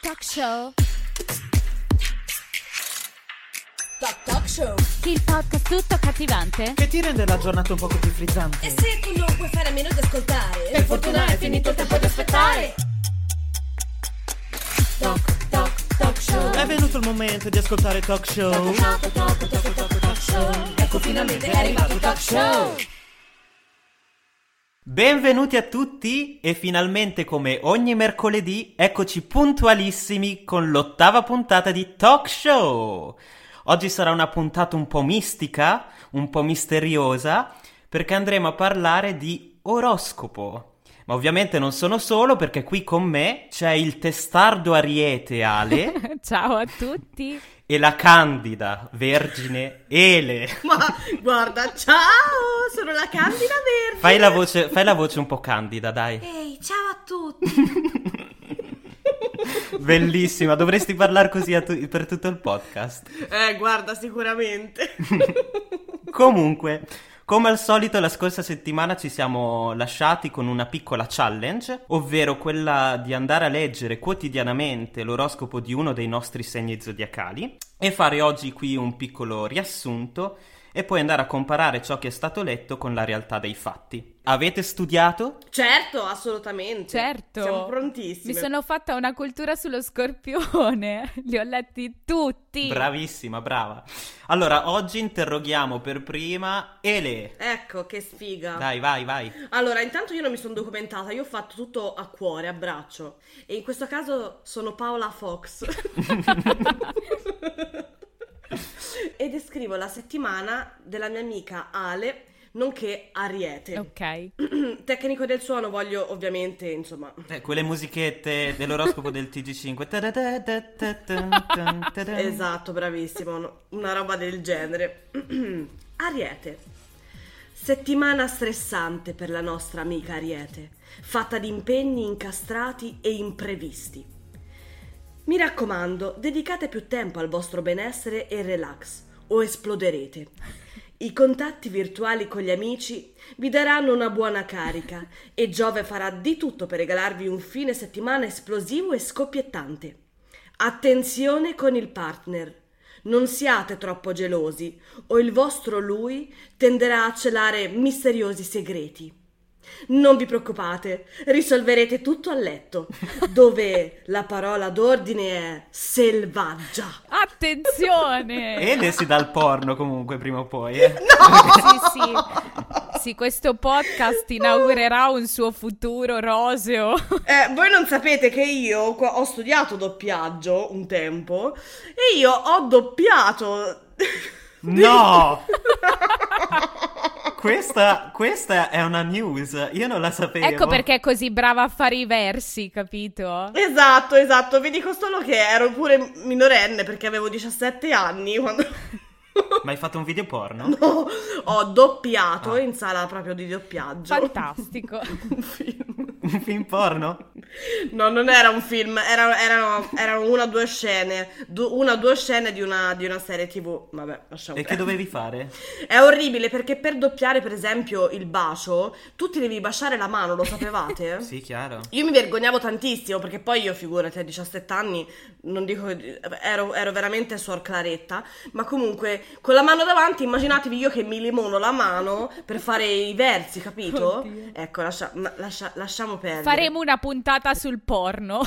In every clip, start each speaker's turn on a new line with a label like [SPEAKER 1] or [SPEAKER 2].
[SPEAKER 1] Talk Show.
[SPEAKER 2] Talk Talk Show.
[SPEAKER 1] Il podcast tutto cattivante
[SPEAKER 3] Che ti rende la giornata un poco più frizzante?
[SPEAKER 2] E se tu non puoi fare a meno di ascoltare,
[SPEAKER 3] Per fortuna è finito il tempo di aspettare.
[SPEAKER 2] Talk Talk Talk Show.
[SPEAKER 3] È venuto il momento di ascoltare Talk Show.
[SPEAKER 2] Talk Talk Talk Talk Talk Show. Ecco finalmente è arrivato il Talk Show.
[SPEAKER 4] Benvenuti a tutti e finalmente come ogni mercoledì eccoci puntualissimi con l'ottava puntata di Talk Show. Oggi sarà una puntata un po' mistica, un po' misteriosa, perché andremo a parlare di oroscopo. Ma ovviamente non sono solo perché qui con me c'è il testardo ariete Ale
[SPEAKER 1] Ciao a tutti.
[SPEAKER 4] e la candida vergine Ele.
[SPEAKER 5] Ma guarda, ciao, sono la Candida Vergine.
[SPEAKER 4] Fai la voce, fai la voce un po' candida, dai.
[SPEAKER 5] Ehi, ciao a tutti.
[SPEAKER 4] Bellissima, dovresti parlare così a tu- per tutto il podcast.
[SPEAKER 5] Eh, guarda, sicuramente.
[SPEAKER 4] Comunque, come al solito, la scorsa settimana ci siamo lasciati con una piccola challenge, ovvero quella di andare a leggere quotidianamente l'oroscopo di uno dei nostri segni zodiacali e fare oggi qui un piccolo riassunto e poi andare a comparare ciò che è stato letto con la realtà dei fatti. Avete studiato?
[SPEAKER 5] Certo, assolutamente.
[SPEAKER 1] Certo.
[SPEAKER 5] Siamo prontissimi.
[SPEAKER 1] Mi sono fatta una cultura sullo scorpione. Li ho letti tutti.
[SPEAKER 4] Bravissima, brava. Allora, oggi interroghiamo per prima Ele.
[SPEAKER 5] Ecco, che sfiga.
[SPEAKER 4] Dai, vai, vai.
[SPEAKER 5] Allora, intanto io non mi sono documentata, io ho fatto tutto a cuore, a braccio. E in questo caso sono Paola Fox. e descrivo la settimana della mia amica Ale, nonché Ariete.
[SPEAKER 1] Ok.
[SPEAKER 5] Tecnico del suono voglio ovviamente, insomma,
[SPEAKER 4] Eh, quelle musichette dell'oroscopo del TG5. Ta-da-da-da-da-da-dun-dun-da-dun.
[SPEAKER 5] Esatto, bravissimo, no- una roba del genere. Ariete. Settimana stressante per la nostra amica Ariete, fatta di impegni incastrati e imprevisti. Mi raccomando, dedicate più tempo al vostro benessere e relax, o esploderete. I contatti virtuali con gli amici vi daranno una buona carica e Giove farà di tutto per regalarvi un fine settimana esplosivo e scoppiettante. Attenzione con il partner. Non siate troppo gelosi o il vostro lui tenderà a celare misteriosi segreti. Non vi preoccupate, risolverete tutto a letto, dove la parola d'ordine è selvaggia.
[SPEAKER 1] Attenzione!
[SPEAKER 4] Ele si dà il porno comunque prima o poi. eh.
[SPEAKER 1] Sì, sì. Sì, questo podcast inaugurerà un suo futuro roseo.
[SPEAKER 5] Eh, voi non sapete che io qua- ho studiato doppiaggio un tempo e io ho doppiato.
[SPEAKER 4] No! Questa, questa è una news, io non la sapevo.
[SPEAKER 1] Ecco perché è così brava a fare i versi, capito?
[SPEAKER 5] Esatto, esatto, vi dico solo che ero pure minorenne perché avevo 17 anni quando
[SPEAKER 4] Ma hai fatto un video porno?
[SPEAKER 5] ho doppiato
[SPEAKER 4] Ah.
[SPEAKER 5] in sala proprio di doppiaggio.
[SPEAKER 1] Fantastico.
[SPEAKER 5] Un film.
[SPEAKER 4] Un film porno?
[SPEAKER 5] No, non era un film, era- erano, erano una o due scene, du- una o due scene di una, di una serie tv, vabbè, lasciamo
[SPEAKER 4] E che
[SPEAKER 5] perdere.
[SPEAKER 4] dovevi fare?
[SPEAKER 5] È orribile perché per doppiare per esempio il bacio, tu ti devi baciare la mano, lo sapevate?
[SPEAKER 4] Sì, chiaro.
[SPEAKER 5] Io mi vergognavo tantissimo perché poi io, figurati, a 17 anni, non dico che- ero, ero veramente suor Claretta, ma comunque con la mano davanti immaginatevi io che mi limono la mano per fare i versi, capito?
[SPEAKER 1] Oddio.
[SPEAKER 5] Ecco, lascia- ma- lascia- lasciamo perdere.
[SPEAKER 1] Faremo una puntata sul porno.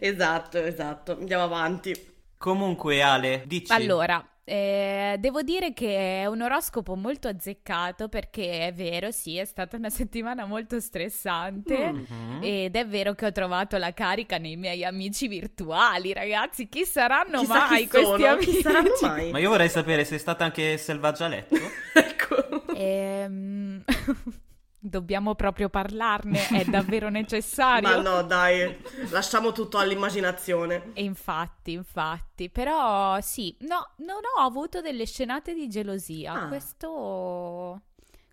[SPEAKER 5] esatto, esatto, andiamo avanti.
[SPEAKER 4] Comunque Ale, dici...
[SPEAKER 1] Allora, eh, devo dire che è un oroscopo molto azzeccato perché è vero, sì, è stata una settimana molto stressante
[SPEAKER 5] Mm-hmm.
[SPEAKER 4] Mhm.
[SPEAKER 1] ed è vero che ho trovato la carica nei miei amici virtuali, ragazzi, chi saranno
[SPEAKER 5] Chissà
[SPEAKER 1] mai
[SPEAKER 5] chi
[SPEAKER 1] questi
[SPEAKER 5] sono,
[SPEAKER 1] amici?
[SPEAKER 5] chi saranno mai?
[SPEAKER 4] Ma io vorrei sapere, sei stata anche selvaggia a letto?
[SPEAKER 5] Ecco.
[SPEAKER 1] Ehm, Dobbiamo proprio parlarne, è davvero necessario.
[SPEAKER 5] Ma no, dai, lasciamo tutto all'immaginazione.
[SPEAKER 1] E infatti, infatti, però sì, no, non ho avuto delle scenate di gelosia.
[SPEAKER 5] Ah.
[SPEAKER 1] Questo,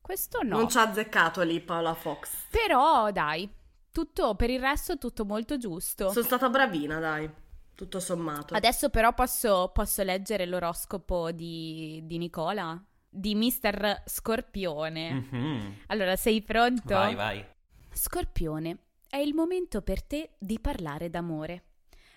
[SPEAKER 1] questo no.
[SPEAKER 5] Non ci ha azzeccato lì Paola Fox.
[SPEAKER 1] Però dai, tutto per il resto tutto molto giusto.
[SPEAKER 5] Sono stata bravina, dai. Tutto sommato.
[SPEAKER 1] Adesso però posso, posso leggere l'oroscopo di, di Nicola, di Mister Scorpione.
[SPEAKER 4] Mhm.
[SPEAKER 1] Allora, sei pronto?
[SPEAKER 4] Vai, vai.
[SPEAKER 1] Scorpione, È il momento per te di parlare d'amore.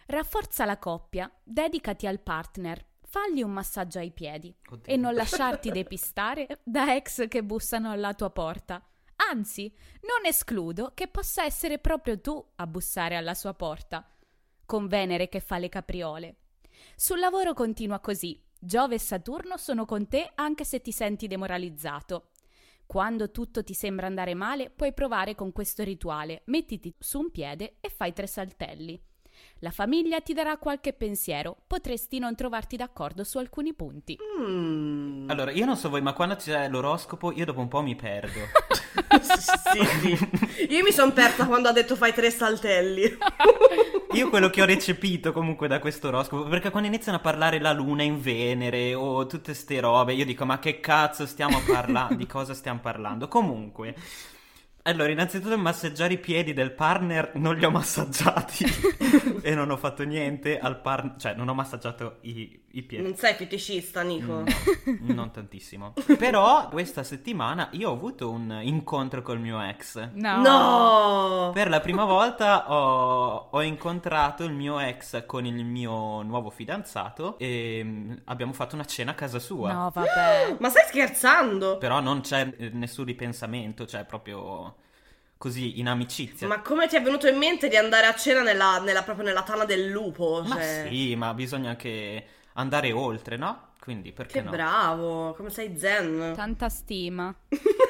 [SPEAKER 1] Rafforza la coppia, dedicati al partner, fagli un massaggio ai piedi
[SPEAKER 4] Oddio.
[SPEAKER 1] e non lasciarti depistare da ex che bussano alla tua porta. Anzi, non escludo che possa essere proprio tu a bussare alla sua porta, con Venere che fa le capriole. Sul lavoro continua così. Giove e Saturno sono con te anche se ti senti demoralizzato. Quando tutto ti sembra andare male, puoi provare con questo rituale. Mettiti su un piede e fai tre saltelli. La famiglia ti darà qualche pensiero, potresti non trovarti d'accordo su alcuni punti.
[SPEAKER 5] Mm.
[SPEAKER 4] Allora, io non so voi, ma quando c'è l'oroscopo io dopo un po' mi perdo.
[SPEAKER 5] Sì, sì. Io mi sono persa quando ha detto fai tre saltelli.
[SPEAKER 4] Io quello che ho recepito comunque da questo oroscopo, perché quando iniziano a parlare la luna in Venere o tutte ste robe, io dico ma che cazzo stiamo parlando, di cosa stiamo parlando? Comunque, allora innanzitutto massaggiare i piedi del partner non li ho massaggiati e non ho fatto niente al partner, cioè non ho massaggiato i, i piedi.
[SPEAKER 5] Non sei feticista, Nico.
[SPEAKER 4] Mm, no, non tantissimo. Però questa settimana io ho avuto un incontro col mio ex.
[SPEAKER 1] No.
[SPEAKER 5] No!
[SPEAKER 4] Per la prima volta ho, ho incontrato il mio ex con il mio nuovo fidanzato e mm, abbiamo fatto una cena a casa sua.
[SPEAKER 1] No, vabbè.
[SPEAKER 5] Ma stai scherzando?
[SPEAKER 4] Però non c'è eh, nessun ripensamento, cioè proprio così in amicizia.
[SPEAKER 5] Ma come ti è venuto in mente di andare a cena nella, nella- proprio nella tana del lupo?
[SPEAKER 4] Ma
[SPEAKER 5] Cioè,
[SPEAKER 4] sì, ma bisogna anche andare oltre, no? Quindi perché
[SPEAKER 5] Che
[SPEAKER 4] no?
[SPEAKER 5] bravo, come sei zen.
[SPEAKER 1] Tanta stima.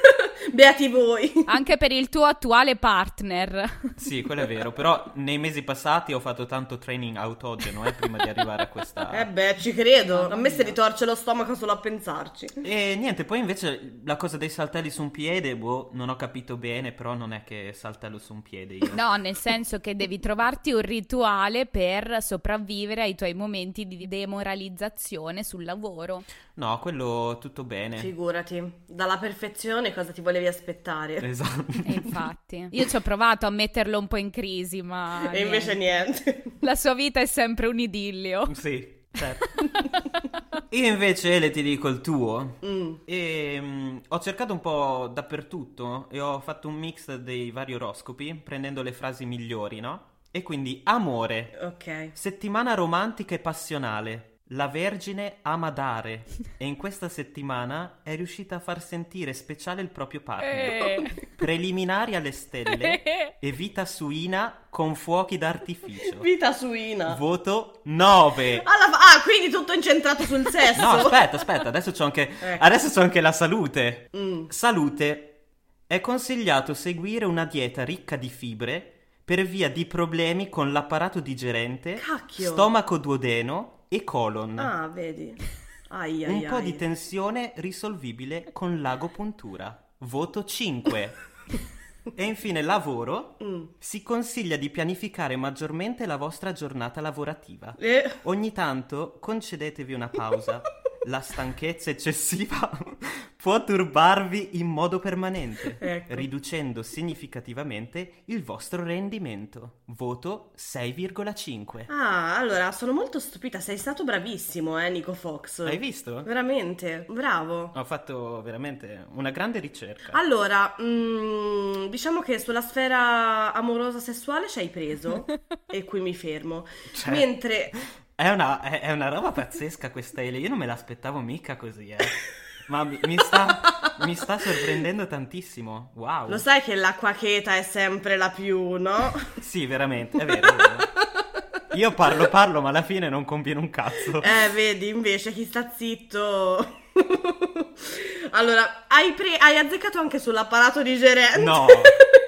[SPEAKER 5] Beati voi.
[SPEAKER 1] Anche per il tuo attuale partner.
[SPEAKER 4] Sì, quello è vero, però nei mesi passati ho fatto tanto training autogeno eh, prima di arrivare a questa...
[SPEAKER 5] Eh beh, ci credo.
[SPEAKER 1] Madonna
[SPEAKER 5] A me si
[SPEAKER 1] mia.
[SPEAKER 5] ritorce lo stomaco solo a pensarci.
[SPEAKER 4] E niente, poi invece la cosa dei saltelli su un piede, boh, non ho capito bene, però non è che saltello su un piede io.
[SPEAKER 1] No, nel senso che devi trovarti un rituale per sopravvivere ai tuoi momenti di demoralizzazione sul lavoro.
[SPEAKER 4] No, quello tutto bene.
[SPEAKER 5] Figurati, dalla perfezione cosa ti volevi aspettare?
[SPEAKER 4] Esatto.
[SPEAKER 1] E infatti, io ci ho provato a metterlo un po' in crisi, ma
[SPEAKER 5] e invece
[SPEAKER 1] niente.
[SPEAKER 5] niente.
[SPEAKER 1] la sua vita è sempre un idillio.
[SPEAKER 4] sì, certo. Io invece, Ele, ti dico il tuo.
[SPEAKER 5] Mm.
[SPEAKER 4] E, mm, ho cercato un po' dappertutto e ho fatto un mix dei vari oroscopi, prendendo le frasi migliori, no? E quindi amore,
[SPEAKER 5] Ok.
[SPEAKER 4] settimana romantica e passionale. La Vergine ama dare e in questa settimana è riuscita a far sentire speciale il proprio partner.
[SPEAKER 1] Eh.
[SPEAKER 4] Preliminari alle stelle e vita suina con fuochi d'artificio.
[SPEAKER 5] Vita suina.
[SPEAKER 4] Voto 9.
[SPEAKER 5] Alla fa- ah, quindi tutto incentrato sul sesso.
[SPEAKER 4] No, aspetta, aspetta, adesso c'ho anche,
[SPEAKER 5] Ecco.
[SPEAKER 4] adesso c'ho anche la salute.
[SPEAKER 5] Mm.
[SPEAKER 4] Salute. È consigliato seguire una dieta ricca di fibre per via di problemi con l'apparato digerente,
[SPEAKER 5] Cacchio.
[SPEAKER 4] stomaco duodeno e colon.
[SPEAKER 5] Ah, vedi. Ai, ai,
[SPEAKER 4] Un po'
[SPEAKER 5] ai.
[SPEAKER 4] di tensione risolvibile con l'agopuntura. Voto 5. e infine lavoro.
[SPEAKER 5] Mm.
[SPEAKER 4] Si consiglia di pianificare maggiormente la vostra giornata lavorativa.
[SPEAKER 5] Eh,
[SPEAKER 4] Ogni tanto concedetevi una pausa. La stanchezza eccessiva può turbarvi in modo permanente,
[SPEAKER 5] Ecco.
[SPEAKER 4] riducendo significativamente il vostro rendimento. Voto 6,5.
[SPEAKER 5] Ah, allora, sono molto stupita. Sei stato bravissimo, eh, Nico Fox.
[SPEAKER 4] Hai visto?
[SPEAKER 5] Veramente, bravo.
[SPEAKER 4] Ho fatto veramente una grande ricerca.
[SPEAKER 5] Allora, mm, diciamo che sulla sfera amorosa sessuale ci hai preso e qui mi fermo.
[SPEAKER 4] Cioè,
[SPEAKER 5] Mentre
[SPEAKER 4] È una, è, è una roba pazzesca questa Ele, io non me l'aspettavo mica così, eh. Ma mi, mi sta, mi sta sorprendendo tantissimo. Wow.
[SPEAKER 5] lo sai che l'acqua cheta è sempre la più, no?
[SPEAKER 4] Sì, veramente, è vero, è vero. Io parlo, parlo, ma alla fine non conviene un cazzo.
[SPEAKER 5] Eh, vedi, invece chi sta zitto. allora, hai, pre- hai azzeccato anche sull'apparato digerente.
[SPEAKER 4] No.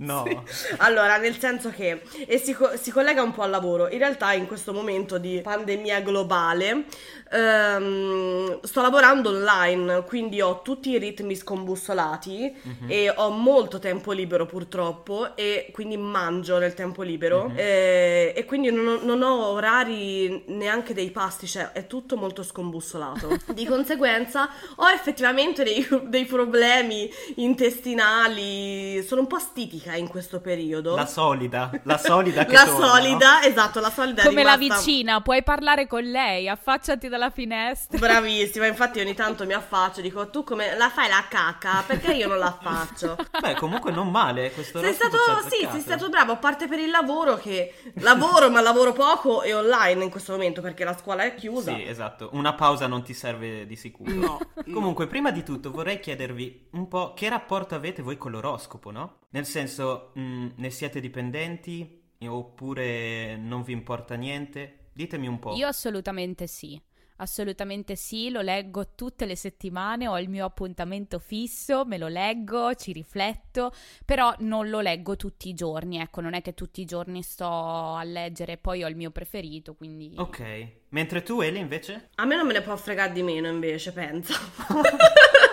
[SPEAKER 5] Sì.
[SPEAKER 4] No.
[SPEAKER 5] Allora, nel senso che e si, co- si collega un po' al lavoro. In realtà, in questo momento di pandemia globale, ehm, sto lavorando online, quindi ho tutti i ritmi scombussolati e ho molto tempo libero purtroppo e quindi mangio nel tempo libero eh, e quindi non ho, non ho orari neanche dei pasti, cioè è tutto molto scombussolato. Di conseguenza ho effettivamente dei, dei problemi intestinali, sono un po' stitica amica in questo periodo.
[SPEAKER 4] La solida, la solida che
[SPEAKER 5] La
[SPEAKER 4] torna.
[SPEAKER 5] solida, esatto, la solida è
[SPEAKER 1] Come la
[SPEAKER 5] rimasta-
[SPEAKER 1] vicina, puoi parlare con lei, affacciati dalla finestra.
[SPEAKER 5] Bravissima, infatti ogni tanto mi affaccio e dico tu come la fai la cacca? Perché io non la faccio?
[SPEAKER 4] Beh, comunque non male questo
[SPEAKER 5] Sei stato,
[SPEAKER 4] oroscopo ci ha
[SPEAKER 5] sì,
[SPEAKER 4] azzeccato.
[SPEAKER 5] sei stato bravo, a parte per il lavoro che lavoro ma lavoro poco e online in questo momento perché la scuola è chiusa.
[SPEAKER 4] Sì, esatto. Una pausa non ti serve di sicuro.
[SPEAKER 5] No.
[SPEAKER 4] Comunque, prima di tutto vorrei chiedervi un po' che rapporto avete voi con l'oroscopo, no? Nel senso, mh, ne siete dipendenti oppure non vi importa niente? Ditemi un po'.
[SPEAKER 1] Io assolutamente sì. Assolutamente sì, lo leggo tutte le settimane, ho il mio appuntamento fisso, me lo leggo, ci rifletto, però non lo leggo tutti i giorni, ecco, non è che tutti i giorni sto a leggere, poi ho il mio preferito, quindi...
[SPEAKER 4] Ok. Mentre tu, Eli, invece?
[SPEAKER 5] A me non me ne può fregare di meno invece, pensa.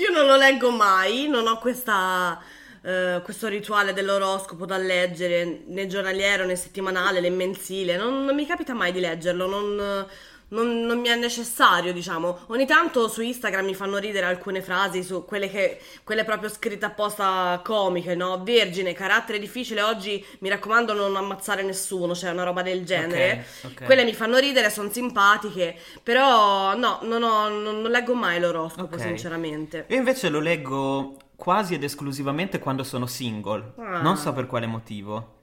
[SPEAKER 5] Io non lo leggo mai, non ho questa, eh, questo rituale dell'oroscopo da leggere, né giornaliero né settimanale né mensile, non, non mi capita mai di leggerlo, non, non- non mi è necessario, diciamo. Ogni tanto su Instagram mi fanno ridere alcune frasi su quelle, che, quelle proprio scritte apposta comiche, no? Vergine, carattere difficile, oggi mi raccomando non ammazzare nessuno, cioè una roba del genere.
[SPEAKER 4] Ok, ok.
[SPEAKER 5] Quelle mi fanno ridere, sono simpatiche, però no, non, ho- non- non leggo mai l'oroscopo,
[SPEAKER 4] Ok.
[SPEAKER 5] sinceramente.
[SPEAKER 4] Io invece lo leggo quasi ed esclusivamente quando sono single.
[SPEAKER 5] Ah.
[SPEAKER 4] Non so per quale motivo.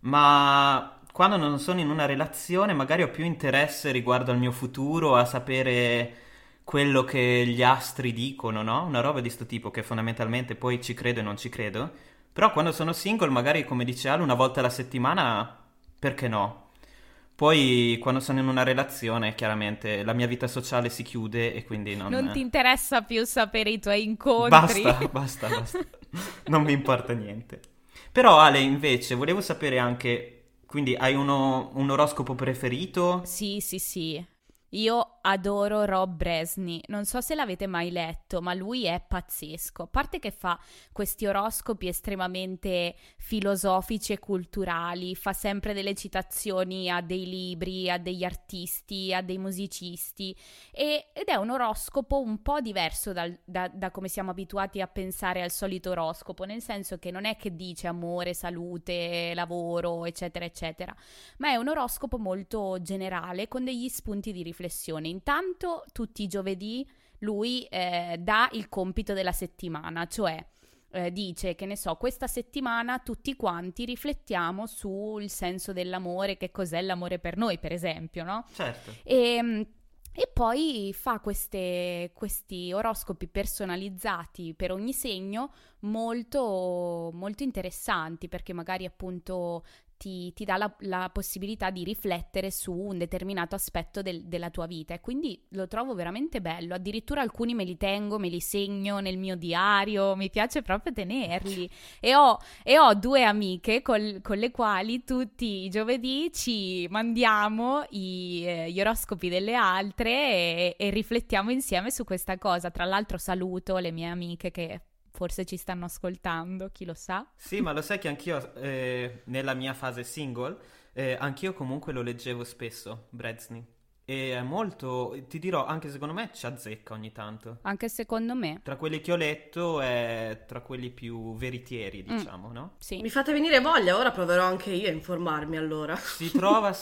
[SPEAKER 4] Ma quando non sono in una relazione, magari ho più interesse riguardo al mio futuro, a sapere quello che gli astri dicono, no? Una roba di sto tipo che fondamentalmente poi ci credo e non ci credo. Però quando sono single, magari come dice Al, una volta alla settimana, perché no? Poi quando sono in una relazione, chiaramente la mia vita sociale si chiude e quindi non...
[SPEAKER 1] Non ti interessa più sapere i tuoi incontri?
[SPEAKER 4] Basta, basta, basta. Non mi importa niente. Però Ale, invece, volevo sapere anche, quindi hai uno- un oroscopo preferito?
[SPEAKER 1] Sì, sì, sì. Io adoro Rob Bresni, non so se l'avete mai letto, ma lui è pazzesco. A parte che fa questi oroscopi estremamente filosofici e culturali, fa sempre delle citazioni a dei libri, a degli artisti, a dei musicisti e- ed è un oroscopo un po' diverso dal- da, da come siamo abituati a pensare al solito oroscopo, nel senso che non è che dice amore, salute, lavoro, eccetera, eccetera ma è un oroscopo molto generale con degli spunti di riflessione. Intanto tutti i giovedì lui eh, dà il compito della settimana, cioè eh, dice che ne so, questa settimana tutti quanti riflettiamo sul senso dell'amore, che cos'è l'amore per noi, per esempio, no?
[SPEAKER 4] Certo.
[SPEAKER 1] E, Ehm, e poi fa queste- questi oroscopi personalizzati per ogni segno molto, molto interessanti perché magari appunto ti, ti dà la, la possibilità di riflettere su un determinato aspetto del- della tua vita e quindi lo trovo veramente bello. Addirittura alcuni me li tengo, me li segno nel mio diario, mi piace proprio tenerli. E ho, e ho due amiche col- con le quali tutti i giovedì ci mandiamo i, eh, gli oroscopi delle altre e, e riflettiamo insieme su questa cosa. Tra l'altro saluto le mie amiche che forse ci stanno ascoltando, chi lo sa.
[SPEAKER 4] Sì, ma lo sai che anch'io, eh, nella mia fase single, eh, anch'io comunque lo leggevo spesso, Brezni. E è molto, ti dirò, anche secondo me ci azzecca ogni tanto.
[SPEAKER 1] Anche secondo me.
[SPEAKER 4] Tra quelli che ho letto è tra quelli più veritieri,
[SPEAKER 1] Mm.
[SPEAKER 4] diciamo, no?
[SPEAKER 1] Sì.
[SPEAKER 5] Mi fate venire voglia, ora proverò anche io a informarmi allora.
[SPEAKER 4] Si trova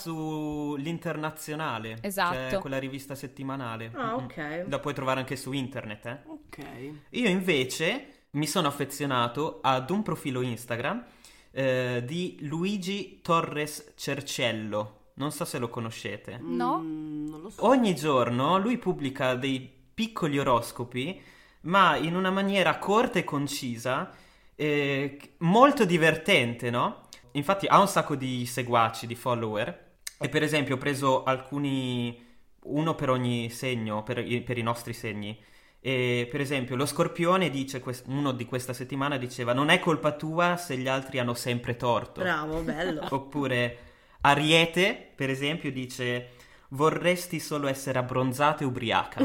[SPEAKER 4] sull'internazionale,
[SPEAKER 1] Esatto.
[SPEAKER 4] cioè quella rivista settimanale.
[SPEAKER 5] Ah,
[SPEAKER 4] Mm-mm.
[SPEAKER 5] ok.
[SPEAKER 4] La puoi trovare anche su internet, eh.
[SPEAKER 5] Ok.
[SPEAKER 4] Io invece mi sono affezionato ad un profilo Instagram eh, di Luigi Torres Cercello. Non so se lo conoscete.
[SPEAKER 5] Mm.
[SPEAKER 1] No?
[SPEAKER 5] non lo so.
[SPEAKER 4] Ogni giorno lui pubblica dei piccoli oroscopi, ma in una maniera corta e concisa, eh, c- molto divertente, no? Infatti ha un sacco di seguaci, di follower, e per esempio ho preso alcuni, uno per ogni segno, per i, per i nostri segni. E per esempio lo scorpione dice, quest- uno di questa settimana diceva, non è colpa tua se gli altri hanno sempre torto.
[SPEAKER 5] Bravo, bello. Eh,
[SPEAKER 4] Oppure Ariete, per esempio, dice vorresti solo essere abbronzata e ubriaca.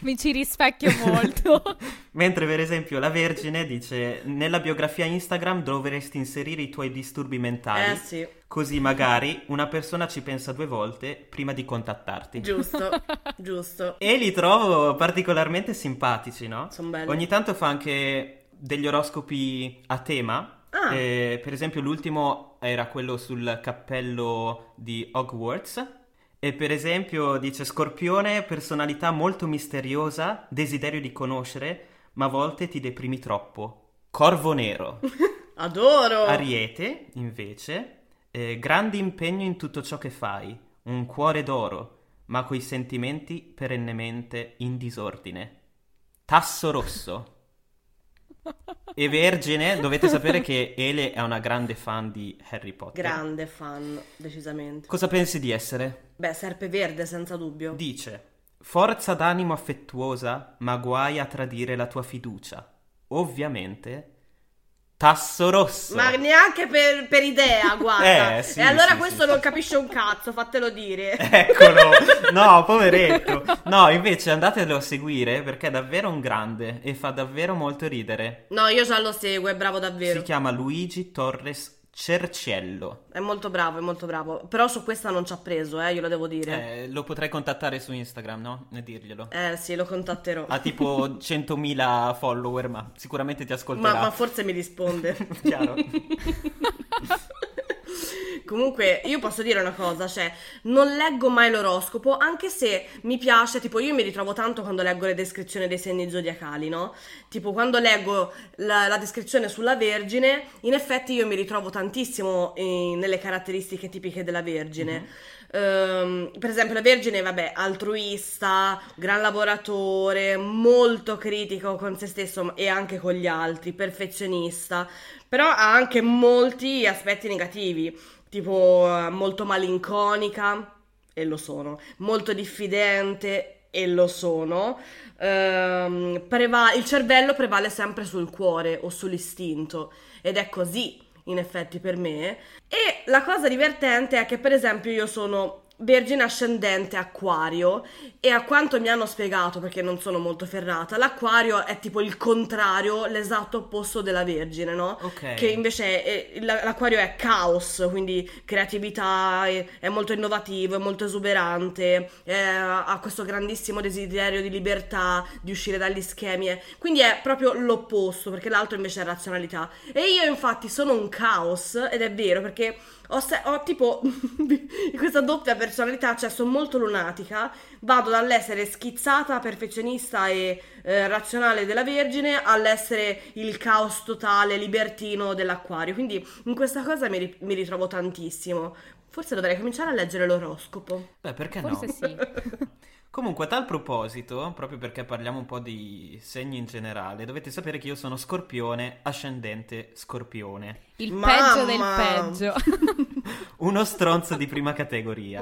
[SPEAKER 1] Mi ci rispecchio molto.
[SPEAKER 4] Mentre per esempio la Vergine dice nella biografia Instagram dovresti inserire i tuoi disturbi mentali.
[SPEAKER 5] Eh sì,
[SPEAKER 4] Così magari una persona ci pensa due volte prima di contattarti.
[SPEAKER 5] giusto, giusto.
[SPEAKER 4] E li trovo particolarmente simpatici, no?
[SPEAKER 5] Sono belli.
[SPEAKER 4] Ogni tanto fa anche degli oroscopi a tema.
[SPEAKER 5] Ah.
[SPEAKER 4] Eh, per esempio, l'ultimo era quello sul cappello di Hogwarts. E per esempio dice Scorpione, personalità molto misteriosa, desiderio di conoscere, ma a volte ti deprimi troppo. Corvo nero.
[SPEAKER 5] Adoro!
[SPEAKER 4] Ariete, invece, eh, grande impegno in tutto ciò che fai, un cuore d'oro, ma coi sentimenti perennemente in disordine. Tasso rosso. E Vergine, dovete sapere che Ele è una grande fan di Harry Potter.
[SPEAKER 5] Grande fan, decisamente.
[SPEAKER 4] Cosa pensi di essere?
[SPEAKER 5] Beh, serpe verde, senza dubbio.
[SPEAKER 4] Dice, forza d'animo affettuosa, ma guai a tradire la tua fiducia. Ovviamente, Tasso rosso.
[SPEAKER 5] Ma neanche per, per idea, guarda.
[SPEAKER 4] Eh, sì,
[SPEAKER 5] e allora
[SPEAKER 4] sì,
[SPEAKER 5] questo
[SPEAKER 4] sì. Eh.
[SPEAKER 5] non capisce un cazzo, fatelo dire.
[SPEAKER 4] Eccolo, no, poveretto. No, invece andatelo a seguire perché è davvero un grande e fa davvero molto ridere.
[SPEAKER 5] No, io già lo seguo, è bravo davvero.
[SPEAKER 4] Si chiama Luigi Torres Cerciello.
[SPEAKER 5] È molto bravo, è molto bravo. Però su questa non ci ha preso, eh, io lo devo dire.
[SPEAKER 4] Eh, lo potrei contattare su Instagram, no? E dirglielo.
[SPEAKER 5] Eh, sì, lo contatterò.
[SPEAKER 4] Ha tipo 100.000 follower, ma sicuramente ti
[SPEAKER 5] Ma,
[SPEAKER 4] ascolterà.
[SPEAKER 5] ma forse mi risponde.
[SPEAKER 4] Chiaro.
[SPEAKER 5] Comunque, io posso dire una cosa, cioè, non leggo mai l'oroscopo, anche se mi piace, tipo, io mi ritrovo tanto quando leggo le descrizioni dei segni zodiacali, no? Tipo, quando leggo la, la descrizione sulla Vergine, in effetti io mi ritrovo tantissimo eh, nelle caratteristiche tipiche della Vergine. Ehm, per esempio, la Vergine, vabbè, altruista, gran lavoratore, molto critico con se stesso ma- e anche con gli altri, perfezionista, però ha anche molti aspetti negativi, tipo eh, molto malinconica, e lo sono, molto diffidente. E lo sono. Ehm, preva- il cervello prevale sempre sul cuore o sull'istinto. Ed è così, in effetti, per me. E la cosa divertente è che, per esempio, io sono vergine ascendente acquario e a quanto mi hanno spiegato, perché non sono molto ferrata, l'acquario è tipo il contrario, l'esatto opposto della vergine, no?
[SPEAKER 4] Ok.
[SPEAKER 5] Che invece è- la- l'acquario è caos, quindi creatività, è, è molto innovativo, è molto esuberante, eh, ha questo grandissimo desiderio di libertà, di uscire dagli schemi, eh. quindi è proprio l'opposto, perché l'altro invece è razionalità. E io infatti sono un caos, ed è vero, perché ho, se- ho tipo questa doppia personalità, cioè sono molto lunatica, vado dall'essere schizzata, perfezionista e eh, razionale della Vergine all'essere il caos totale, libertino dell'acquario. Quindi in questa cosa mi, ri- mi ritrovo tantissimo. Forse dovrei cominciare a leggere l'oroscopo.
[SPEAKER 4] Beh, perché no?
[SPEAKER 1] Forse sì.
[SPEAKER 4] Comunque, a tal proposito, proprio perché parliamo un po' di segni in generale, dovete sapere che io sono scorpione, ascendente scorpione.
[SPEAKER 1] Il
[SPEAKER 5] Mamma!
[SPEAKER 1] peggio del peggio.
[SPEAKER 4] Uno stronzo di prima categoria.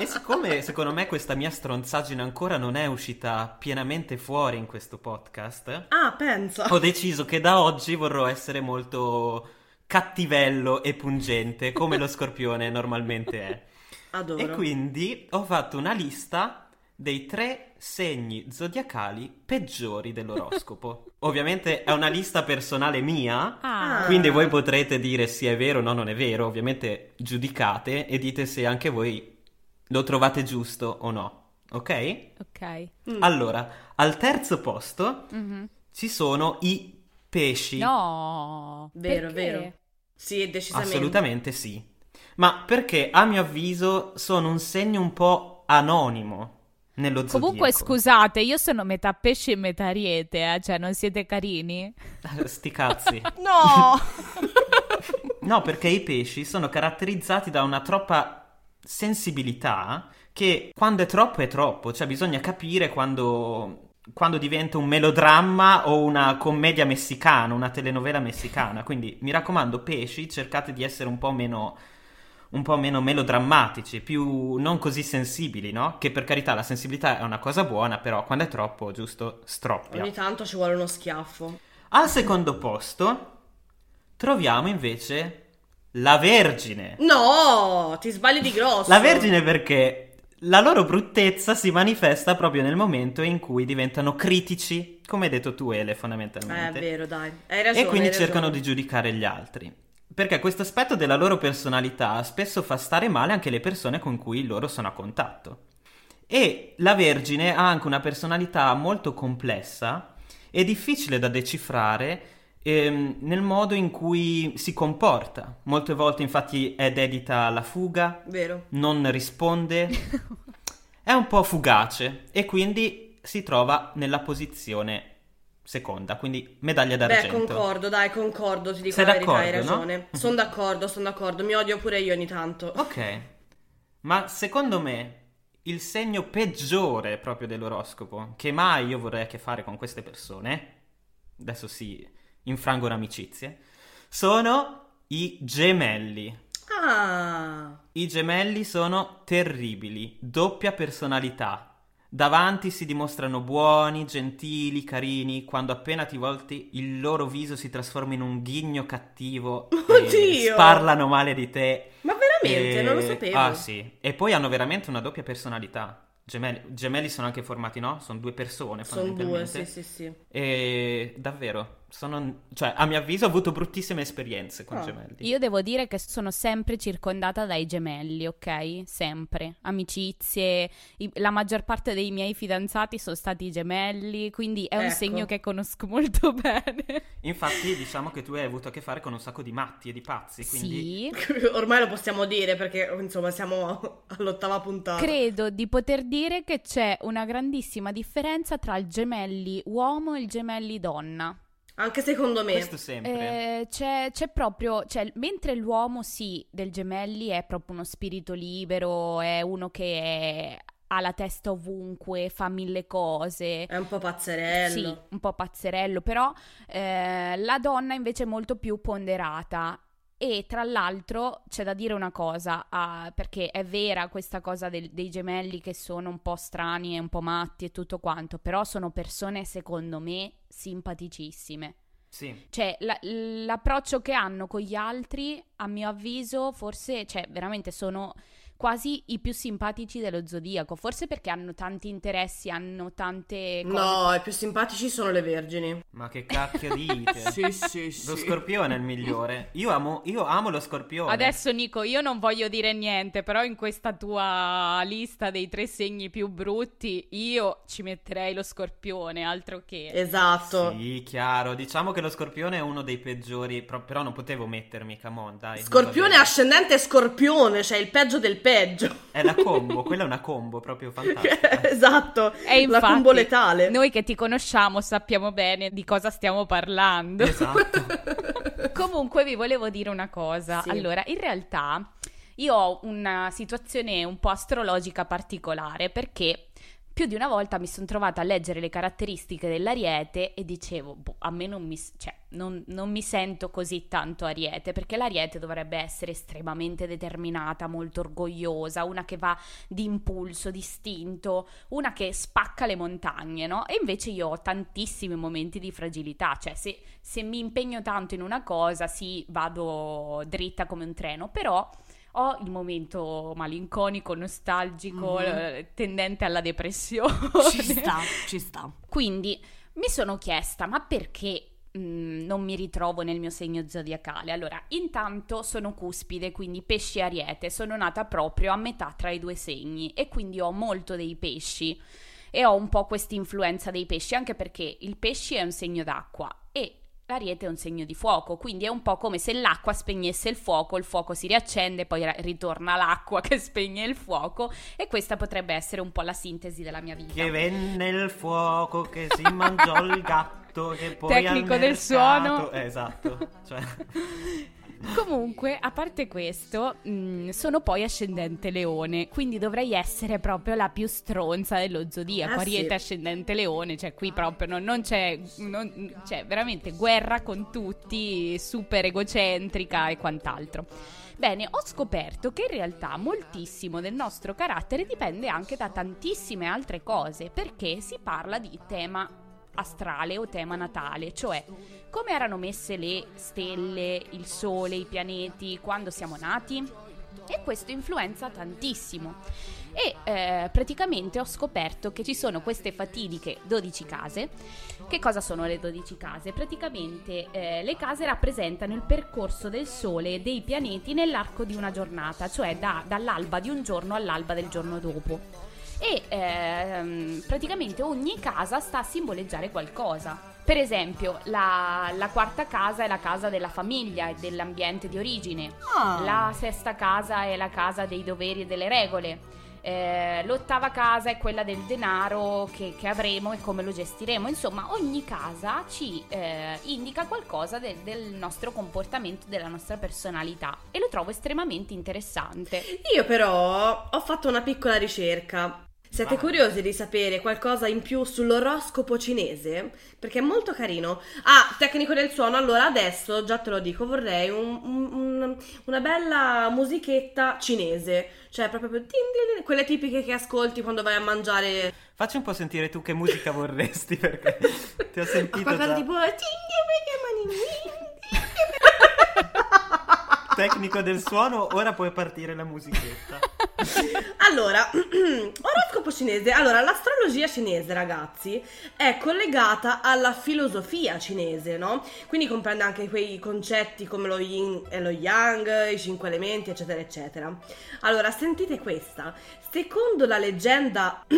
[SPEAKER 4] E siccome secondo me questa mia stronzaggine ancora non è uscita pienamente fuori in questo podcast,
[SPEAKER 5] Ah, pensa.
[SPEAKER 4] ho deciso che da oggi vorrò essere molto cattivello e pungente, come lo scorpione normalmente è.
[SPEAKER 5] Adoro.
[SPEAKER 4] E quindi ho fatto una lista dei tre segni zodiacali peggiori dell'oroscopo. Ovviamente è una lista personale mia,
[SPEAKER 1] Ah,
[SPEAKER 4] quindi voi potrete dire se è vero o no, non è vero, ovviamente giudicate e dite se anche voi lo trovate giusto o no, ok?
[SPEAKER 1] Mm. ok.
[SPEAKER 5] Mm.
[SPEAKER 4] Allora, al terzo posto
[SPEAKER 1] Mhm.
[SPEAKER 4] ci sono i pesci.
[SPEAKER 1] No. perché?
[SPEAKER 5] Vero, vero. Sì, decisamente.
[SPEAKER 4] Assolutamente sì. Ma perché a mio avviso sono un segno un po' anonimo nello zodiaco.
[SPEAKER 1] Comunque, scusate, io sono metà pesce e metà ariete, eh, cioè non siete carini?
[SPEAKER 4] Sti cazzi.
[SPEAKER 1] No!
[SPEAKER 4] No, perché i pesci sono caratterizzati da una troppa sensibilità che quando è troppo è troppo, cioè bisogna capire quando, quando diventa un melodramma o una commedia messicana, una telenovela messicana. Quindi mi raccomando, pesci, cercate di essere un po' meno, un po' meno melodrammatici, più non così sensibili, no? Che per carità la sensibilità è una cosa buona, però quando è troppo, giusto, stroppia.
[SPEAKER 5] Ogni tanto ci vuole uno schiaffo.
[SPEAKER 4] Al secondo posto troviamo invece la Vergine.
[SPEAKER 5] No, ti sbagli di grosso.
[SPEAKER 4] La Vergine perché la loro bruttezza si manifesta proprio nel momento in cui diventano critici, come hai detto tu Ele
[SPEAKER 5] Eh, è
[SPEAKER 4] fondamentalmente.
[SPEAKER 5] vero, dai. Hai ragione.
[SPEAKER 4] e quindi
[SPEAKER 5] hai
[SPEAKER 4] cercano
[SPEAKER 5] ragione.
[SPEAKER 4] di giudicare gli altri. Perché questo aspetto della loro personalità spesso fa stare male anche le persone con cui loro sono a contatto. E la Vergine ha anche una personalità molto complessa e difficile da decifrare ehm, nel modo in cui si comporta. Molte volte infatti è dedita alla fuga,
[SPEAKER 5] Vero?
[SPEAKER 4] non risponde, è un po' fugace e quindi si trova nella posizione seconda, quindi medaglia
[SPEAKER 5] Beh,
[SPEAKER 4] d'argento.
[SPEAKER 5] concordo, dai, concordo, ti dico
[SPEAKER 4] Sei
[SPEAKER 5] la verità, hai
[SPEAKER 4] d'accordo, no? Mhm.
[SPEAKER 5] ragione. Sono d'accordo, sono d'accordo, mi odio pure io ogni tanto.
[SPEAKER 4] Ok, ma secondo me il segno peggiore proprio dell'oroscopo, che mai io vorrei a che fare con queste persone, adesso si infrangono amicizie, sono i gemelli.
[SPEAKER 5] Ah,
[SPEAKER 4] I gemelli sono terribili, doppia personalità. Davanti si dimostrano buoni, gentili, carini, quando appena ti volti il loro viso si trasforma in un ghigno cattivo e
[SPEAKER 5] Oddio!
[SPEAKER 4] sparlano male di te.
[SPEAKER 5] ma veramente,
[SPEAKER 4] E-
[SPEAKER 5] non lo sapevo.
[SPEAKER 4] Ah sì, e poi hanno veramente una doppia personalità. Gemelli, gemelli sono anche formati, no? Sono due persone
[SPEAKER 5] Sono due,
[SPEAKER 4] fondamentalmente.
[SPEAKER 5] sì, sì, sì.
[SPEAKER 4] E davvero, sono... Cioè, a mio avviso ho avuto bruttissime esperienze con
[SPEAKER 5] Ah.
[SPEAKER 4] gemelli.
[SPEAKER 1] Io devo dire che sono sempre circondata dai gemelli, ok? Sempre. Amicizie, i- la maggior parte dei miei fidanzati sono stati gemelli, quindi è un
[SPEAKER 5] Ecco.
[SPEAKER 1] segno che conosco molto bene.
[SPEAKER 4] Infatti, diciamo che tu hai avuto a che fare con un sacco di matti e di pazzi, quindi...
[SPEAKER 1] Sì.
[SPEAKER 5] Ormai lo possiamo dire perché, insomma, siamo all'ottava
[SPEAKER 4] Ah.
[SPEAKER 5] puntata.
[SPEAKER 1] Credo di poter dire che c'è una grandissima differenza tra il gemelli uomo e il gemelli donna.
[SPEAKER 5] Anche secondo me.
[SPEAKER 4] Questo sempre.
[SPEAKER 1] Eh, c'è, c'è proprio, cioè, mentre l'uomo sì, del gemelli è proprio uno spirito libero, è uno che è- ha la testa ovunque, fa mille cose.
[SPEAKER 5] È un po' pazzerello.
[SPEAKER 1] Sì, un po' pazzerello, però eh, la donna invece è molto più ponderata. E tra l'altro c'è da dire una cosa, ah, perché è vera questa cosa del- dei gemelli che sono un po' strani e un po' matti e tutto quanto, però sono persone secondo me simpaticissime.
[SPEAKER 4] Sì.
[SPEAKER 1] Cioè, la- l'approccio che hanno con gli altri, a mio avviso, forse, cioè, veramente sono quasi i più simpatici dello zodiaco. Forse perché hanno tanti interessi, hanno tante cose.
[SPEAKER 5] No, i più simpatici sono le vergini.
[SPEAKER 4] Ma che cacchio dite?
[SPEAKER 5] sì,
[SPEAKER 4] Lo scorpione è il migliore. Io amo, io amo lo scorpione.
[SPEAKER 1] Adesso, Nico, io non voglio dire niente, però in questa tua lista dei tre segni più brutti, io ci metterei lo scorpione, altro che.
[SPEAKER 5] Esatto.
[SPEAKER 4] Sì, chiaro. Diciamo che lo scorpione è uno dei peggiori. pro- però non potevo mettermi, come on, dai. non
[SPEAKER 5] Scorpione
[SPEAKER 4] va bene.
[SPEAKER 5] ascendente scorpione, cioè il peggio del peggio.
[SPEAKER 4] È la combo, quella è una combo proprio fantastica.
[SPEAKER 5] esatto.
[SPEAKER 1] E
[SPEAKER 5] la
[SPEAKER 1] Eh, infatti,
[SPEAKER 5] combo letale.
[SPEAKER 1] Noi che ti conosciamo sappiamo bene di cosa stiamo parlando.
[SPEAKER 4] esatto.
[SPEAKER 1] Comunque vi volevo dire una cosa.
[SPEAKER 5] Sì.
[SPEAKER 1] Allora, in realtà io ho una situazione un po' astrologica particolare perché più di una volta mi sono trovata a leggere le caratteristiche dell'ariete e dicevo, boh, a me non mi, s- cioè, non- non mi sento così tanto ariete, perché l'ariete dovrebbe essere estremamente determinata, molto orgogliosa, una che va di impulso, distinto, una che spacca le montagne, no? E invece io ho tantissimi momenti di fragilità, cioè se, se mi impegno tanto in una cosa, sì, vado dritta come un treno, però ho il momento malinconico, nostalgico, eh, tendente alla depressione.
[SPEAKER 2] Ci sta, ci sta.
[SPEAKER 1] Quindi mi sono chiesta, ma perché mh, non mi ritrovo nel mio segno zodiacale? Allora, intanto sono cuspide, quindi pesci e ariete, sono nata proprio a metà tra i due segni e quindi ho molto dei pesci e ho un po' questa influenza dei pesci, anche perché il pesce è un segno d'acqua e l'ariete è un segno di fuoco, quindi è un po' come se l'acqua spegnesse il fuoco, il fuoco si riaccende, poi ra- ritorna l'acqua che spegne il fuoco e questa potrebbe essere un po' la sintesi della mia vita.
[SPEAKER 4] Che venne il fuoco, che si mangiò il gatto, che poi al
[SPEAKER 1] Tecnico del
[SPEAKER 4] mercato-
[SPEAKER 1] suono.
[SPEAKER 4] Eh, esatto. Cioè,
[SPEAKER 1] Comunque, a parte questo, mh, sono poi ascendente leone, quindi dovrei essere proprio la più stronza dello zodiaco.
[SPEAKER 5] Ah,
[SPEAKER 1] Ariete
[SPEAKER 5] sì. Ah.
[SPEAKER 1] ascendente leone, cioè qui proprio non, non c'è, non- cioè veramente guerra con tutti, super egocentrica e quant'altro. Bene, ho scoperto che in realtà moltissimo del nostro carattere dipende anche da tantissime altre cose, perché si parla di tema astrale o tema natale, cioè come erano messe le stelle, il sole, i pianeti quando siamo nati? E questo influenza tantissimo. E eh, praticamente ho scoperto che ci sono queste fatidiche 12 case. Che cosa sono le 12 case? Praticamente eh, le case rappresentano il percorso del Sole e dei pianeti nell'arco di una giornata, cioè da- dall'alba di un giorno all'alba del giorno dopo. E ehm, praticamente ogni casa sta a simboleggiare qualcosa.
[SPEAKER 6] Per esempio, la, la quarta casa è la casa della famiglia e dell'ambiente di origine.
[SPEAKER 5] Ah.
[SPEAKER 6] La sesta casa è la casa dei doveri e delle regole. Eh, l'ottava casa è quella del denaro che, che avremo e come lo gestiremo. Insomma, ogni casa ci eh, indica qualcosa del- del nostro comportamento, della nostra personalità. E lo trovo estremamente interessante.
[SPEAKER 5] Io però ho fatto una piccola ricerca. Siete
[SPEAKER 4] Vai.
[SPEAKER 5] curiosi di sapere qualcosa in più sull'oroscopo cinese? Perché è molto carino. Ah, tecnico del suono, allora adesso, già te lo dico, vorrei un- un- un- una bella musichetta cinese. Cioè proprio din, din, din, quelle tipiche che ascolti quando vai a mangiare.
[SPEAKER 4] Facci un po' sentire tu che musica vorresti perché ti ho
[SPEAKER 5] Ma
[SPEAKER 4] sentito
[SPEAKER 5] qualcosa
[SPEAKER 4] già
[SPEAKER 5] tipo...
[SPEAKER 4] tecnico del suono, ora puoi partire la musichetta.
[SPEAKER 5] Allora, oroscopo cinese. Allora, l'astrologia cinese, ragazzi, è collegata alla filosofia cinese, no? Quindi comprende anche quei concetti come lo yin e lo yang, i cinque elementi, eccetera, eccetera. Allora, sentite questa. Secondo la leggenda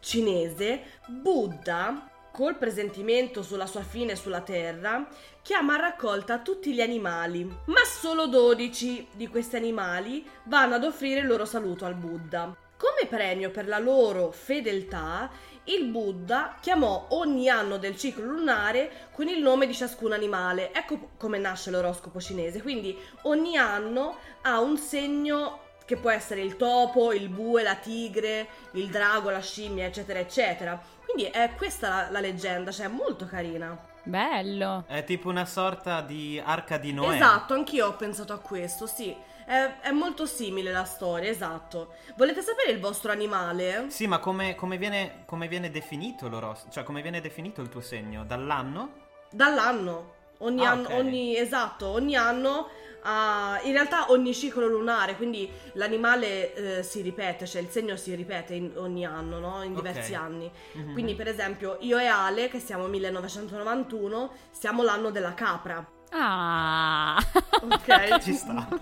[SPEAKER 5] cinese, Buddha, col presentimento sulla sua fine sulla terra, chiama a raccolta tutti gli animali, ma solo 12 di questi animali vanno ad offrire il loro saluto al Buddha. Come premio per la loro fedeltà, il Buddha chiamò ogni anno del ciclo lunare con il nome di ciascun animale. Ecco come nasce l'oroscopo cinese. Quindi ogni anno ha un segno che può essere il topo, il bue, la tigre, il drago, la scimmia, eccetera, eccetera. Quindi è questa la, la leggenda, cioè è molto carina.
[SPEAKER 1] Bello.
[SPEAKER 4] È tipo una sorta di arca di Noè.
[SPEAKER 5] Esatto, anch'io ho pensato a questo, sì. È, è molto simile la storia, esatto. Volete sapere il vostro animale?
[SPEAKER 4] Sì, ma come, come viene, come viene definito l'oros? Cioè, come viene definito il tuo segno? Dall'anno?
[SPEAKER 5] Dall'anno. Ogni
[SPEAKER 4] Ah,
[SPEAKER 5] anno,
[SPEAKER 4] ok.
[SPEAKER 5] ogni, esatto, ogni anno, ha- in realtà ogni ciclo lunare, quindi l'animale eh, si ripete, cioè il segno si ripete in- ogni anno, no? In
[SPEAKER 4] Ok.
[SPEAKER 5] diversi anni.
[SPEAKER 4] Mhm.
[SPEAKER 5] Quindi per esempio io e Ale, che siamo 1991, siamo l'anno della capra.
[SPEAKER 1] Ah.
[SPEAKER 5] Ok,
[SPEAKER 4] Ci sta. Ci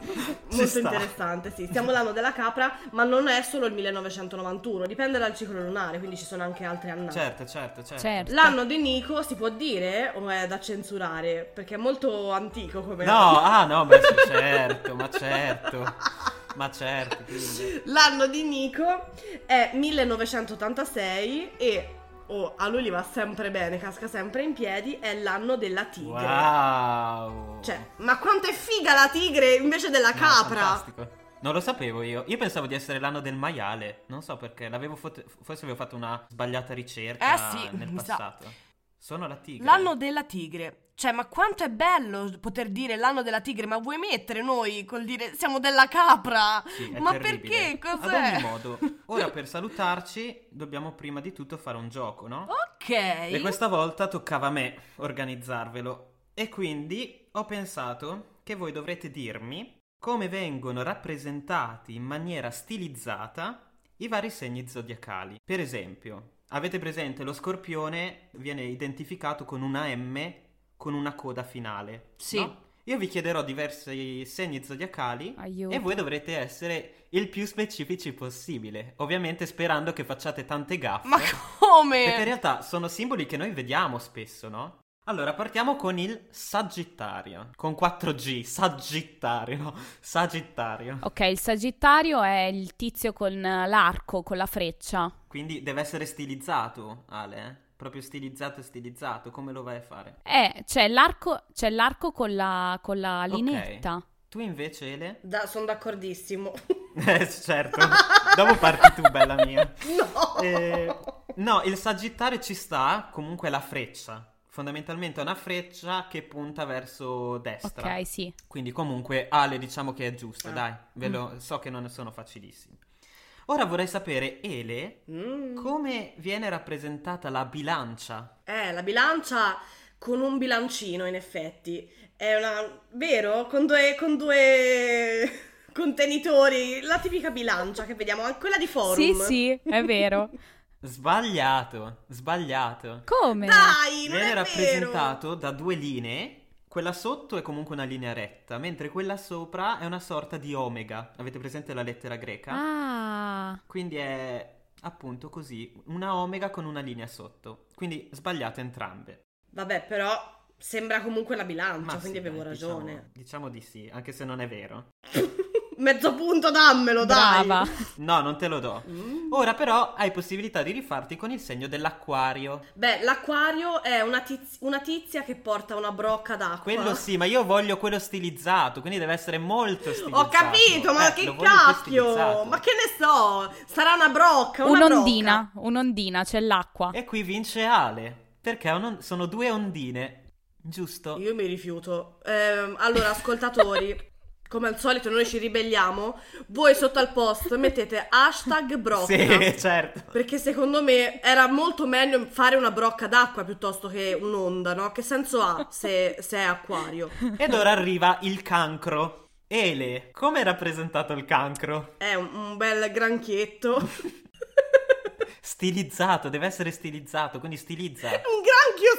[SPEAKER 5] Molto
[SPEAKER 4] sta.
[SPEAKER 5] interessante, sì. Siamo l'anno della capra, ma non è solo il 1991, dipende dal ciclo lunare, quindi ci sono anche altre annate.
[SPEAKER 4] Certo, certo, certo.
[SPEAKER 1] certo.
[SPEAKER 5] L'anno di Nico si può dire o è da censurare? Perché è molto antico come
[SPEAKER 4] No, ah no, beh sì, certo, ma certo. Ma certo, quindi.
[SPEAKER 5] L'anno di Nico è 1986 e oh, a lui gli va sempre bene, casca sempre in piedi, è l'anno della tigre.
[SPEAKER 4] Wow.
[SPEAKER 5] Cioè, ma quanto è figa la tigre invece della
[SPEAKER 4] No,
[SPEAKER 5] capra!
[SPEAKER 4] fantastico. Non lo sapevo io. Io pensavo di essere l'anno del maiale. Non so perché. L'avevo fot- forse avevo fatto una sbagliata ricerca
[SPEAKER 2] Eh sì,
[SPEAKER 4] nel
[SPEAKER 2] mi sa.
[SPEAKER 4] passato. Sono la tigre.
[SPEAKER 2] L'anno della tigre. Cioè, ma quanto è bello poter dire l'anno della tigre, ma vuoi mettere noi col dire siamo della capra?
[SPEAKER 4] Sì, è
[SPEAKER 2] ma
[SPEAKER 4] terribile.
[SPEAKER 2] perché? Cos'è?
[SPEAKER 4] Ad ogni modo, ora per salutarci dobbiamo prima di tutto fare un gioco, no?
[SPEAKER 2] Oh,
[SPEAKER 4] E
[SPEAKER 2] Ok.
[SPEAKER 4] questa volta toccava a me organizzarvelo. E quindi ho pensato che voi dovrete dirmi come vengono rappresentati in maniera stilizzata i vari segni zodiacali. Per esempio, avete presente lo scorpione viene identificato con una M con una coda finale.
[SPEAKER 2] Sì.
[SPEAKER 4] no? Io vi chiederò diversi segni zodiacali
[SPEAKER 1] Aiuto.
[SPEAKER 4] e voi dovrete essere il più specifici possibile, ovviamente sperando che facciate tante gaffe.
[SPEAKER 2] Ma
[SPEAKER 4] Perché
[SPEAKER 1] Eh.
[SPEAKER 4] in
[SPEAKER 2] come?
[SPEAKER 4] realtà sono simboli che noi vediamo spesso, no? Allora, partiamo con il Sagittario, con 4G, Sagittario, Sagittario.
[SPEAKER 1] Ok, il Sagittario è il tizio con eh, l'arco, con la freccia.
[SPEAKER 4] Quindi deve essere stilizzato, Ale, eh? proprio stilizzato, stilizzato, come lo vai a fare?
[SPEAKER 1] Eh, c'è l'arco, c'è l'arco con la, con la linetta.
[SPEAKER 4] Tu invece, Ele?
[SPEAKER 5] Da- sono d'accordissimo.
[SPEAKER 4] Eh, certo, dopo parti tu, bella mia.
[SPEAKER 5] No!
[SPEAKER 4] Eh, no, il Sagittario ci sta comunque la freccia, fondamentalmente è una freccia che punta verso destra.
[SPEAKER 1] Ok, sì.
[SPEAKER 4] Quindi comunque Ale diciamo che è giusto,
[SPEAKER 5] Ah.
[SPEAKER 4] dai, ve lo, so che non sono facilissimi. Ora vorrei sapere, Ele,
[SPEAKER 5] Mm.
[SPEAKER 4] come viene rappresentata la bilancia?
[SPEAKER 5] Eh, la bilancia con un bilancino, in effetti. È una... vero? Con due, con due contenitori. La tipica bilancia che vediamo, anche quella di forum.
[SPEAKER 1] Sì, sì, è vero.
[SPEAKER 4] Sbagliato, sbagliato.
[SPEAKER 1] Come?
[SPEAKER 5] Dai, non
[SPEAKER 4] viene
[SPEAKER 5] è
[SPEAKER 4] rappresentato da due linee, quella sotto è comunque una linea retta, mentre quella sopra è una sorta di omega. Avete presente la lettera greca?
[SPEAKER 1] Ah,
[SPEAKER 4] Quindi è appunto così, una omega con una linea sotto. Quindi sbagliate entrambe.
[SPEAKER 5] Vabbè, però sembra comunque la bilancia,
[SPEAKER 4] Ma
[SPEAKER 5] Cioè, quindi
[SPEAKER 4] sì,
[SPEAKER 5] avevo
[SPEAKER 4] dai, diciamo-
[SPEAKER 5] ragione.
[SPEAKER 4] Diciamo di sì, anche se non è vero.
[SPEAKER 5] Mezzo punto dammelo, dai! Mm.
[SPEAKER 1] Brava.
[SPEAKER 4] No, non te lo do. Ora però hai possibilità di rifarti con il segno dell'acquario.
[SPEAKER 5] Beh, l'acquario è una, tiz- una tizia che porta una brocca d'acqua.
[SPEAKER 4] Quello sì, ma io voglio quello stilizzato, quindi deve essere molto stilizzato.
[SPEAKER 5] Ah. Ho capito, ma
[SPEAKER 4] Eh,
[SPEAKER 5] che
[SPEAKER 4] lo voglio più
[SPEAKER 5] cacchio!
[SPEAKER 4] stilizzato.
[SPEAKER 5] Ma che ne so? Sarà una brocca, una brocca.
[SPEAKER 1] Un'ondina, un'ondina, c'è l'acqua.
[SPEAKER 4] E qui vince Ale, perché è un- sono due ondine, giusto?
[SPEAKER 5] Io mi rifiuto. Ehm, allora, ascoltatori, come al solito noi ci ribelliamo. Voi sotto al post mettete hashtag brocca.
[SPEAKER 4] Sì, certo.
[SPEAKER 5] Perché secondo me era molto meglio fare una brocca d'acqua piuttosto che un'onda, no? Che senso ha se, se è acquario?
[SPEAKER 4] Ed ora arriva il cancro. Ele, come è rappresentato il cancro?
[SPEAKER 5] È un, un bel granchietto. un
[SPEAKER 4] Stilizzato, deve essere stilizzato, quindi stilizza.
[SPEAKER 5] granchio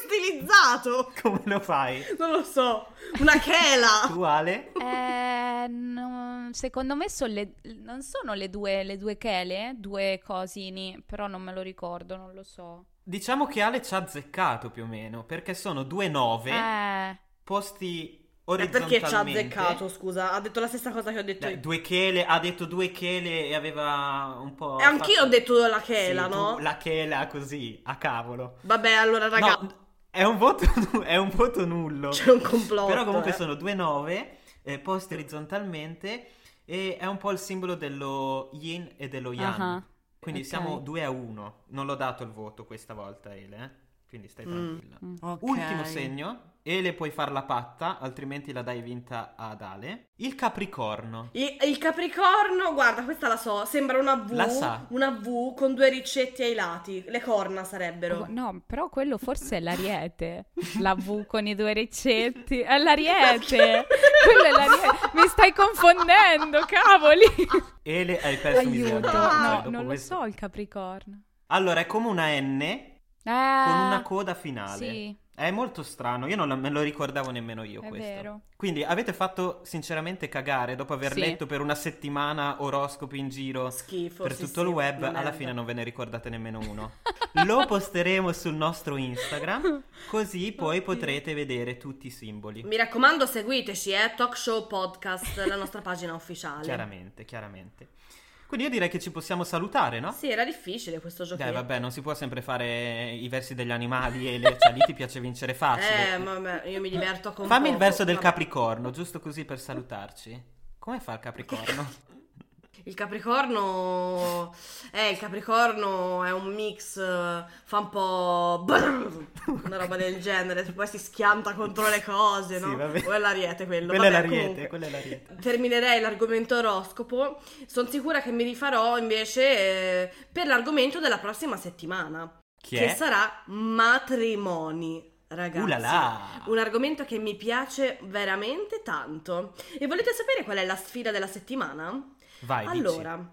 [SPEAKER 5] stilizzato!
[SPEAKER 4] Come lo fai?
[SPEAKER 5] Non lo so, una chela!
[SPEAKER 4] Tu Ale?
[SPEAKER 1] Eh, no, secondo me son le- non sono le due, le due chele, due cosini, però non me lo ricordo, non lo so.
[SPEAKER 4] Diciamo che Ale ci ha azzeccato più o meno, perché sono due nove
[SPEAKER 1] Eh,
[SPEAKER 4] posti
[SPEAKER 5] E
[SPEAKER 4] orizzontalmente.
[SPEAKER 5] Eh, perché ci ha azzeccato, scusa? Ha detto la stessa cosa che ho detto
[SPEAKER 4] Dai,
[SPEAKER 5] io.
[SPEAKER 4] due chele, ha detto due chele e aveva un po'...
[SPEAKER 5] E anch'io ho detto la chela,
[SPEAKER 4] Sì, tu-
[SPEAKER 5] no?
[SPEAKER 4] la chela così, a cavolo.
[SPEAKER 5] Vabbè, allora, raga,
[SPEAKER 4] No, è un voto, nu- è un voto nullo.
[SPEAKER 5] c'è un complotto.
[SPEAKER 4] Però comunque
[SPEAKER 5] eh.
[SPEAKER 4] sono due nove eh, posti orizzontalmente e è un po' il simbolo dello yin e dello yang.
[SPEAKER 1] aha.
[SPEAKER 4] Quindi
[SPEAKER 1] ok.
[SPEAKER 4] siamo 2 a 1. Non l'ho dato il voto questa volta, Ele. eh. Quindi stai
[SPEAKER 5] Mm.
[SPEAKER 4] tranquilla.
[SPEAKER 2] Ok.
[SPEAKER 4] Ultimo segno. Ele puoi far la patta, altrimenti la dai vinta ad Ale. Il Capricorno.
[SPEAKER 5] I- Il capricorno, guarda, questa la so, sembra una V,
[SPEAKER 4] La sa.
[SPEAKER 5] una V con due ricetti ai lati, le corna
[SPEAKER 1] Oh,
[SPEAKER 5] sarebbero.
[SPEAKER 1] No, però quello forse è l'ariete. La V con i due ricetti. È l'ariete. Quello è l'ariete. Mi stai confondendo, cavoli.
[SPEAKER 4] Ele hai perso
[SPEAKER 1] Aiuto.
[SPEAKER 4] miseria.
[SPEAKER 5] Ah,
[SPEAKER 1] No,
[SPEAKER 4] Dopo
[SPEAKER 1] non lo
[SPEAKER 4] questo-
[SPEAKER 1] so il Capricorno.
[SPEAKER 4] Allora, è come una N
[SPEAKER 1] Eh,
[SPEAKER 4] con
[SPEAKER 5] Ah.
[SPEAKER 4] una coda finale.
[SPEAKER 1] Sì,
[SPEAKER 4] È molto strano, io non la- me lo ricordavo nemmeno io
[SPEAKER 1] È
[SPEAKER 4] questo.
[SPEAKER 1] vero.
[SPEAKER 4] Quindi avete fatto sinceramente cagare dopo aver
[SPEAKER 1] Sì.
[SPEAKER 4] letto per una settimana oroscopi in giro
[SPEAKER 5] Schifo.
[SPEAKER 4] per
[SPEAKER 5] sì,
[SPEAKER 4] tutto
[SPEAKER 5] sì,
[SPEAKER 4] il web,
[SPEAKER 5] merda.
[SPEAKER 4] alla fine non ve ne ricordate nemmeno uno. Lo posteremo sul nostro Instagram, così poi
[SPEAKER 1] Oddio.
[SPEAKER 4] potrete vedere tutti i simboli.
[SPEAKER 5] Mi raccomando, seguiteci, eh, Talk Show Podcast, la nostra pagina ufficiale.
[SPEAKER 4] Chiaramente, chiaramente. Quindi io direi che ci possiamo salutare, no?
[SPEAKER 5] Sì, era difficile questo giochino.
[SPEAKER 4] Dai, vabbè, non si può sempre fare i versi degli animali e le, cioè, lì ti piace vincere facile.
[SPEAKER 5] Eh, vabbè, io mi diverto con
[SPEAKER 4] Fammi il
[SPEAKER 5] poco,
[SPEAKER 4] verso del
[SPEAKER 5] vabbè.
[SPEAKER 4] Capricorno, giusto così per salutarci. Come fa il Capricorno?
[SPEAKER 5] Il Capricorno. Eh, il Capricorno è un mix. eh, Fa un po'. brrr, una roba del genere. Poi si schianta contro le cose, no?
[SPEAKER 4] Sì, vabbè.
[SPEAKER 5] O è l'ariete quello.
[SPEAKER 4] Quello è
[SPEAKER 5] vabbè,
[SPEAKER 4] l'ariete,
[SPEAKER 5] comunque.
[SPEAKER 4] quello è l'ariete.
[SPEAKER 5] Terminerei l'argomento oroscopo. Sono sicura che mi rifarò invece eh, per l'argomento della prossima settimana.
[SPEAKER 4] Chi
[SPEAKER 5] che
[SPEAKER 4] è?
[SPEAKER 5] sarà matrimoni, ragazzi.
[SPEAKER 4] Uh là là!
[SPEAKER 5] Un argomento che mi piace veramente tanto. E volete sapere qual è la sfida della settimana?
[SPEAKER 4] Vai, dici.
[SPEAKER 5] Uh, Allora,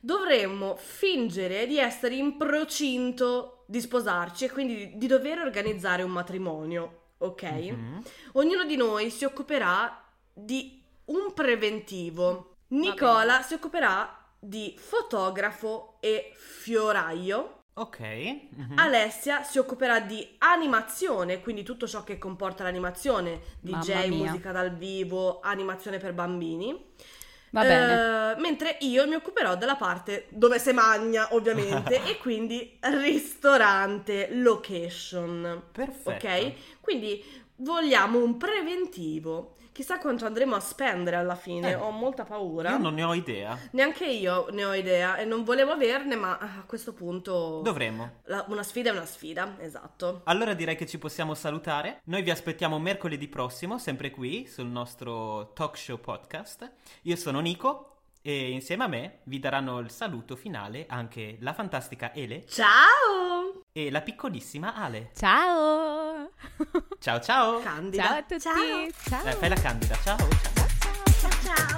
[SPEAKER 5] dovremmo fingere di essere in procinto di sposarci e quindi di dover organizzare un matrimonio, ok?
[SPEAKER 4] Mhm.
[SPEAKER 5] Ognuno di noi si occuperà di un preventivo. Nicola si occuperà di fotografo e fioraio.
[SPEAKER 4] Ok. mhm.
[SPEAKER 5] Alessia si occuperà di animazione, quindi tutto ciò che comporta l'animazione,
[SPEAKER 1] Mamma
[SPEAKER 5] DJ,
[SPEAKER 1] mia.
[SPEAKER 5] musica dal vivo, animazione per bambini.
[SPEAKER 1] va bene.
[SPEAKER 5] Eh, mentre io mi occuperò della parte dove si magna, ovviamente, e quindi ristorante, location.
[SPEAKER 4] Perfetto.
[SPEAKER 5] Ok? Quindi vogliamo un preventivo. Chissà quanto andremo a spendere alla fine,
[SPEAKER 4] Eh.
[SPEAKER 5] ho molta paura.
[SPEAKER 4] Io non ne ho idea.
[SPEAKER 5] Neanche io ne ho idea e non volevo averne, ma ah, a questo punto
[SPEAKER 4] Dovremmo.
[SPEAKER 5] la- una sfida è una sfida, esatto.
[SPEAKER 4] Allora direi che ci possiamo salutare. Noi vi aspettiamo mercoledì prossimo, sempre qui, sul nostro talk show podcast. Io sono Nico e insieme a me vi daranno il saluto finale anche la fantastica Ele
[SPEAKER 5] Ciao!
[SPEAKER 4] e la piccolissima Ale.
[SPEAKER 1] Ciao.
[SPEAKER 4] Ciao ciao!
[SPEAKER 5] Candida.
[SPEAKER 1] Ciao a tutti. Ciao.
[SPEAKER 4] Dai, fai la candida, ciao!
[SPEAKER 5] ciao. ciao.